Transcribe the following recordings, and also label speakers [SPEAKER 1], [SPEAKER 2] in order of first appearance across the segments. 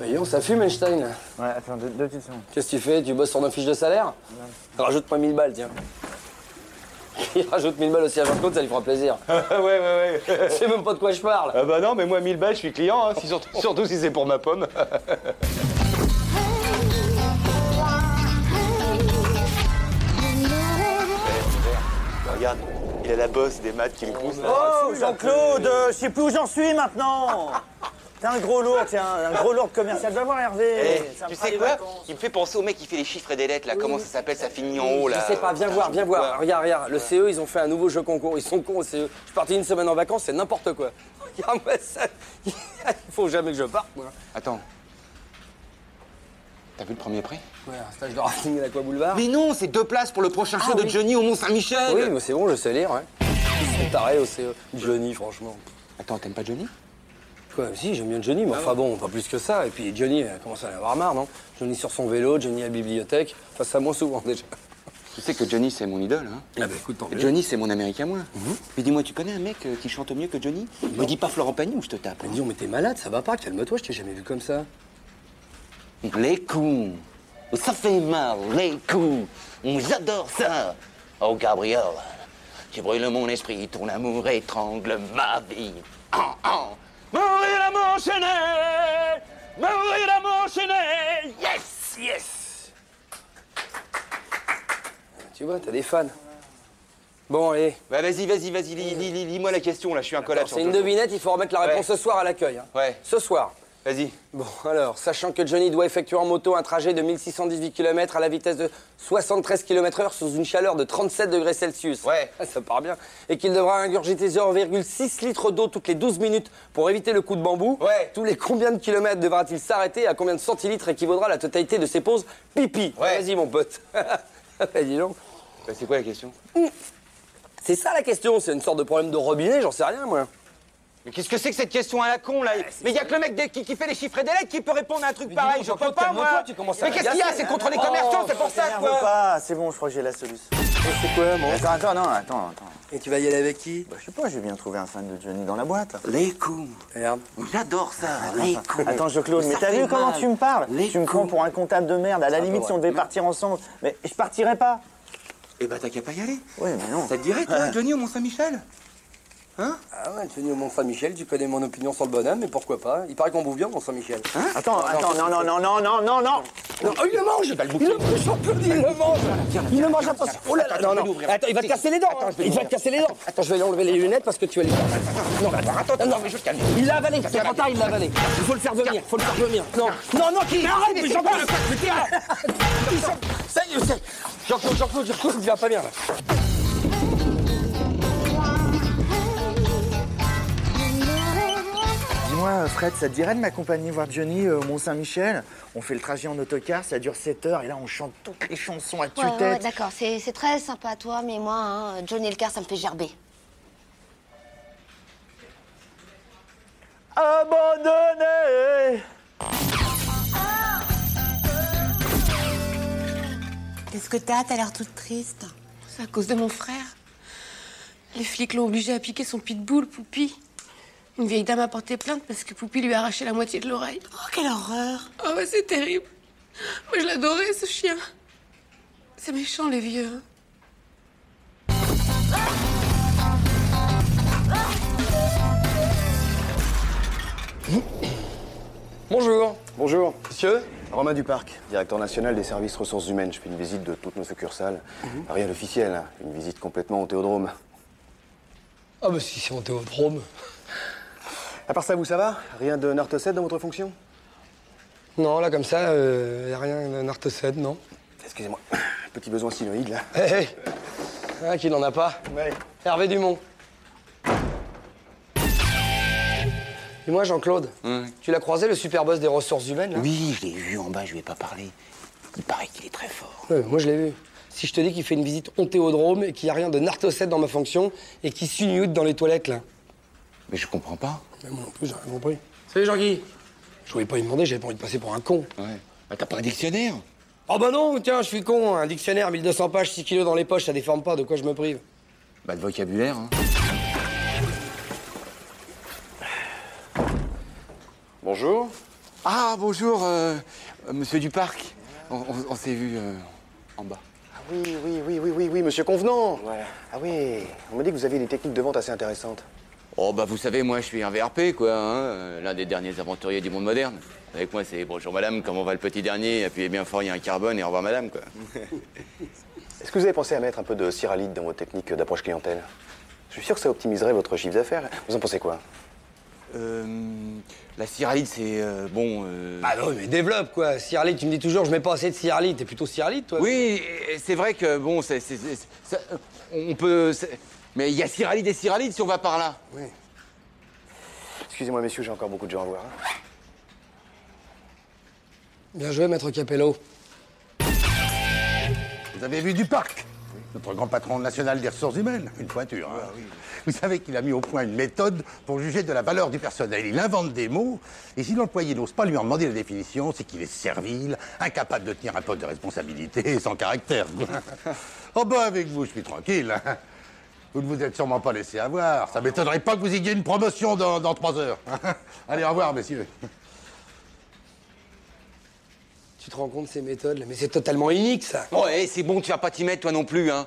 [SPEAKER 1] Mais Bah, dis donc, ça fume Einstein. là.
[SPEAKER 2] Ouais, attends, deux, deux petites secondes.
[SPEAKER 1] Qu'est-ce que tu fais Tu bosses sur nos fiches de salaire Rajoute-moi 1000 balles, tiens. Il rajoute 1000 balles aussi à Jean-Claude, ça lui fera plaisir.
[SPEAKER 3] Ah ouais, ouais, ouais.
[SPEAKER 1] Je sais même pas de quoi je parle.
[SPEAKER 3] Ah bah non, mais moi, 1000 balles, je suis client, hein, si- surtout, surtout si c'est pour ma pomme. Regarde, il a la bosse des maths qui me pousse.
[SPEAKER 2] Oh, Jean-Claude, euh, je sais plus où j'en suis maintenant T'es un gros lourd, tiens, un gros lourd commercial. Va voir Hervé. ça me
[SPEAKER 4] Eh, tu
[SPEAKER 2] fera
[SPEAKER 4] sais
[SPEAKER 2] des
[SPEAKER 4] quoi
[SPEAKER 2] vacances.
[SPEAKER 4] Il me fait penser au mec qui fait les chiffres et des lettres, là. Comment ça s'appelle Ça finit en haut, Oh là.
[SPEAKER 1] Je sais pas, viens voir, viens voir. Regarde, regarde, le CE, ils ont fait un nouveau jeu concours. Ils sont cons au CE. Je suis parti une semaine en vacances, c'est n'importe quoi. Regarde-moi ça. Il faut jamais que je parte, moi.
[SPEAKER 4] Attends. T'as vu le premier prix
[SPEAKER 1] Ouais, un stage de rafting à l'Aqua Boulevard.
[SPEAKER 4] Mais non, c'est deux places pour le prochain show
[SPEAKER 1] Ah
[SPEAKER 4] de
[SPEAKER 1] oui.
[SPEAKER 4] Johnny au Mont-Saint-Michel.
[SPEAKER 1] Oui, mais c'est bon, je sais lire, ouais. Ils sont tarés au CE. Johnny, franchement.
[SPEAKER 4] Attends, t'aimes pas Johnny
[SPEAKER 1] Quoi, si, j'aime bien Johnny, mais enfin bon, pas plus que ça. Et puis Johnny euh, commence à en avoir marre, non Johnny sur son vélo, Johnny à la bibliothèque. Enfin, ça moins souvent déjà.
[SPEAKER 4] Tu sais que Johnny, c'est mon idole, hein
[SPEAKER 1] Ah bah écoute, tant mieux.
[SPEAKER 4] Johnny, c'est mon américain, moi. Mais dis-moi, tu connais un mec euh, qui chante mieux que Johnny Me dis pas Florent Pagny ou je te tape.
[SPEAKER 1] Mais dis, mais t'es malade, ça va pas, calme-toi, je t'ai jamais vu comme ça.
[SPEAKER 4] Les coups. Ça fait mal, les coups. J'adore ça. Oh, Gabriel, tu brûles mon esprit. Ton amour étrangle ma vie. Ah, ah. Mourir à mon chenet Mourir à mon chenet Yes, yes
[SPEAKER 1] Tu vois, t'as des fans. Bon, allez.
[SPEAKER 4] Bah, vas-y, vas-y, vas-y, lis, lis, lis, lis-moi la question, là, je suis un collab.
[SPEAKER 1] C'est une devinette, il faut remettre la réponse ce soir à l'accueil. hein.
[SPEAKER 4] Ouais.
[SPEAKER 1] Ce soir.
[SPEAKER 4] Vas-y.
[SPEAKER 1] Bon, alors, sachant que Johnny doit effectuer en moto un trajet de 1618 km à la vitesse de 73 km/h sous une chaleur de 37 degrés Celsius.
[SPEAKER 4] Ouais.
[SPEAKER 1] Ah, Ça part bien. Et qu'il devra ingurgiter 0,6 litres d'eau toutes les 12 minutes pour éviter le coup de bambou.
[SPEAKER 4] Ouais.
[SPEAKER 1] Tous les combien de kilomètres devra-t-il s'arrêter et À combien de centilitres équivaudra la totalité de ses pauses pipi
[SPEAKER 4] Ouais.
[SPEAKER 1] Vas-y, mon pote. Bah, dis donc.
[SPEAKER 4] Bah, c'est quoi la question
[SPEAKER 1] C'est ça la question, c'est une sorte de problème de robinet, j'en sais rien, moi.
[SPEAKER 4] Mais qu'est-ce que c'est que cette question à la con là Mais il y a que le mec des- qui, qui fait les chiffres et des lettres qui peut répondre à un truc pareil,
[SPEAKER 1] dis
[SPEAKER 4] je
[SPEAKER 1] donc,
[SPEAKER 4] peux
[SPEAKER 1] Jean-Claude,
[SPEAKER 4] pas
[SPEAKER 1] calme-toi,
[SPEAKER 4] moi
[SPEAKER 1] tu commences à
[SPEAKER 4] Mais qu'est-ce qu'il y a C'est contre les
[SPEAKER 1] Oh,
[SPEAKER 4] commerçants, c'est pour
[SPEAKER 2] Oh,
[SPEAKER 4] ça
[SPEAKER 2] t'énerve
[SPEAKER 4] quoi
[SPEAKER 2] pas, c'est bon, je crois que j'ai la solution.
[SPEAKER 1] C'est quoi, mon
[SPEAKER 2] Attends, attends, non, attends, attends.
[SPEAKER 1] Et tu vas y aller avec qui
[SPEAKER 2] Bah, je sais pas, j'ai bien trouvé un fan de Johnny dans la boîte.
[SPEAKER 4] Les coups,
[SPEAKER 1] Merde.
[SPEAKER 4] j'adore ça, les coups.
[SPEAKER 2] Ah, Attends, Jean-Claude, mais t'as vu comment tu me parles Tu me prends pour un comptable de merde. À la limite, si on devait partir ensemble, mais je partirais pas.
[SPEAKER 4] Eh bah t'as qu'à pas y aller.
[SPEAKER 2] Oui, mais non.
[SPEAKER 4] Ça te dirait toi, Johnny au Mont-Saint-Michel
[SPEAKER 1] Ah ouais, tu es venu au Mont-Saint-Michel, tu connais mon opinion sur le bonhomme, mais pourquoi pas Il paraît qu'on bouffe bien au Mont-Saint-Michel.
[SPEAKER 2] Attends, attends, non, non, non, non, non, non, non.
[SPEAKER 1] Non, oh, il le mange Il le mange, j'en peux plus, il le mange Il le mange, attention Oh là là, non, non Attends, il va te casser les dents hein. Il va te casser les dents Attends, je vais lui enlever les lunettes parce que tu vas les... Non, attends, attends, attends, non, mais je te calme Il l'a avalé, c'est trop tard, il l'a avalé Il faut le faire venir, faut le faire venir Non, non, non, qui arrête, mais j'en peux plus Ils sont- Ça y est, c'est... Jean-Claude, Jean-Claude, Jean-Claude, il va pas bien, là
[SPEAKER 2] Dis-moi, euh, Fred, ça te dirait de m'accompagner voir Johnny euh, au Mont-Saint-Michel On fait le trajet en autocar, ça dure 7 heures, et là, on chante toutes les chansons à
[SPEAKER 5] Ouais, ouais, ouais,
[SPEAKER 2] tue-tête.
[SPEAKER 5] d'accord, c'est c'est très sympa à toi, mais moi, hein, Johnny et le car, ça me fait gerber.
[SPEAKER 2] Abandonné
[SPEAKER 6] Qu'est-ce que t'as T'as l'air toute triste. C'est à cause de mon frère. Les flics l'ont obligé à piquer son pitbull, Poupie. Une vieille dame a porté plainte parce que Poupie lui a arraché la moitié de l'oreille. Oh, quelle horreur Oh, ouais, c'est terrible. Moi, je l'adorais, ce chien. C'est méchant, les vieux. hein.
[SPEAKER 1] Bonjour
[SPEAKER 7] Bonjour,
[SPEAKER 1] Monsieur
[SPEAKER 7] Romain Duparc, directeur national des services ressources humaines. Je fais une visite de toutes nos succursales.
[SPEAKER 4] Mhm.
[SPEAKER 7] Rien d'officiel, hein. une visite complètement au théodrome.
[SPEAKER 1] Ah bah si, c'est mon théodrome
[SPEAKER 7] À part ça, vous, ça va Rien de nartocède dans votre fonction
[SPEAKER 1] Non, là, comme ça, euh, y a rien d'un artocède, non
[SPEAKER 7] Excusez-moi, petit besoin sinoïde là.
[SPEAKER 1] Hé, hé. Ah, Eh, qu'il n'en a pas.
[SPEAKER 7] Ouais.
[SPEAKER 1] Hervé Dumont. Dis-moi, Jean-Claude, tu l'as croisé, le super boss des ressources humaines, là
[SPEAKER 4] Oui, je l'ai vu en bas, je lui ai pas parlé. Il paraît qu'il est très fort.
[SPEAKER 1] Ouais, Moi, je l'ai vu. Si je te dis qu'il fait une visite ontéodrome et qu'il n'y a rien de nartocète dans ma fonction et qu'il s'unioute dans les toilettes, là.
[SPEAKER 4] Mais je comprends pas.
[SPEAKER 1] Mais moi non plus, j'ai rien compris. Salut, Jean-Guy. Je voulais pas lui demander, j'avais pas envie de passer pour un con.
[SPEAKER 4] Ouais. Bah, t'as pas un dictionnaire
[SPEAKER 1] Oh bah non, tiens, je suis con. Un dictionnaire, 1200 pages, 6 kilos dans les poches, ça déforme pas, de quoi je me prive.
[SPEAKER 4] Bah, de vocabulaire, hein.
[SPEAKER 7] Bonjour.
[SPEAKER 4] Ah, bonjour, euh, euh, monsieur Duparc. On, on- on s'est vu euh, en bas.
[SPEAKER 7] Oui, oui, oui, oui, oui, oui, monsieur Convenant.
[SPEAKER 4] Ouais.
[SPEAKER 7] Ah oui, on m'a dit que vous aviez des techniques de vente assez intéressantes.
[SPEAKER 4] Oh, bah, vous savez, moi, je suis un VRP, quoi, hein, euh, l'un des derniers aventuriers du monde moderne. Avec moi, c'est bonjour madame, comment va le petit dernier Appuyez bien fort, il y a un carbone et au revoir madame, quoi.
[SPEAKER 7] Est-ce que vous avez pensé à mettre un peu de cyralide dans vos techniques d'approche clientèle Je suis sûr que ça optimiserait votre chiffre d'affaires. Vous en pensez quoi
[SPEAKER 4] Euh, la cyralide, c'est euh, bon. euh,
[SPEAKER 1] Bah non, mais développe, quoi. Cirlite, tu me dis toujours, je mets pas assez de Cirlite. T'es plutôt Cirlite, toi
[SPEAKER 4] Oui, et c'est vrai que bon, c'est, c'est- c'est- ça, euh, on peut. c'est- Mais il y a Cyralide et Cyralide si on va par là.
[SPEAKER 7] Excusez-moi, messieurs, j'ai encore beaucoup de gens à voir. hein.
[SPEAKER 1] Bien joué, maître Capello.
[SPEAKER 8] Vous avez vu du parc notre grand patron national des ressources humaines, une pointure.
[SPEAKER 4] Ah
[SPEAKER 8] hein. Vous savez qu'il a mis au point une méthode pour juger de la valeur du personnel. Il invente des mots, et si l'employé n'ose pas lui en demander la définition, c'est qu'il est servile, incapable de tenir un poste de responsabilité et sans caractère. quoi. oh ben avec vous, je suis tranquille. hein. Vous ne vous êtes sûrement pas laissé avoir. Ça m'étonnerait pas que vous ayez une promotion dans, dans trois heures. Allez, au revoir, messieurs.
[SPEAKER 1] Tu te rends compte ces méthodes, là Mais c'est totalement unique, ça.
[SPEAKER 4] Oh, eh, c'est bon, tu vas pas t'y mettre toi non plus, hein.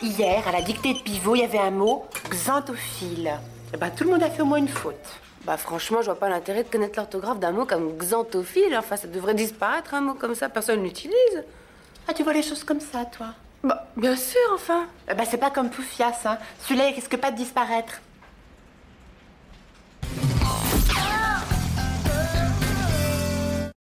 [SPEAKER 9] Hier, à la dictée de pivot, il y avait un mot xanthophile. Et bah, tout le monde a fait au moins une faute.
[SPEAKER 6] Bah franchement, je vois pas l'intérêt de connaître l'orthographe d'un mot comme xanthophile. Enfin, ça devrait disparaître un mot comme ça, personne l'utilise.
[SPEAKER 9] Ah, tu vois les choses comme ça, toi
[SPEAKER 6] Bah bien sûr, enfin. ben,
[SPEAKER 9] Eh Bah, c'est pas comme Poufias, hein. Celui-là, il risque pas de disparaître.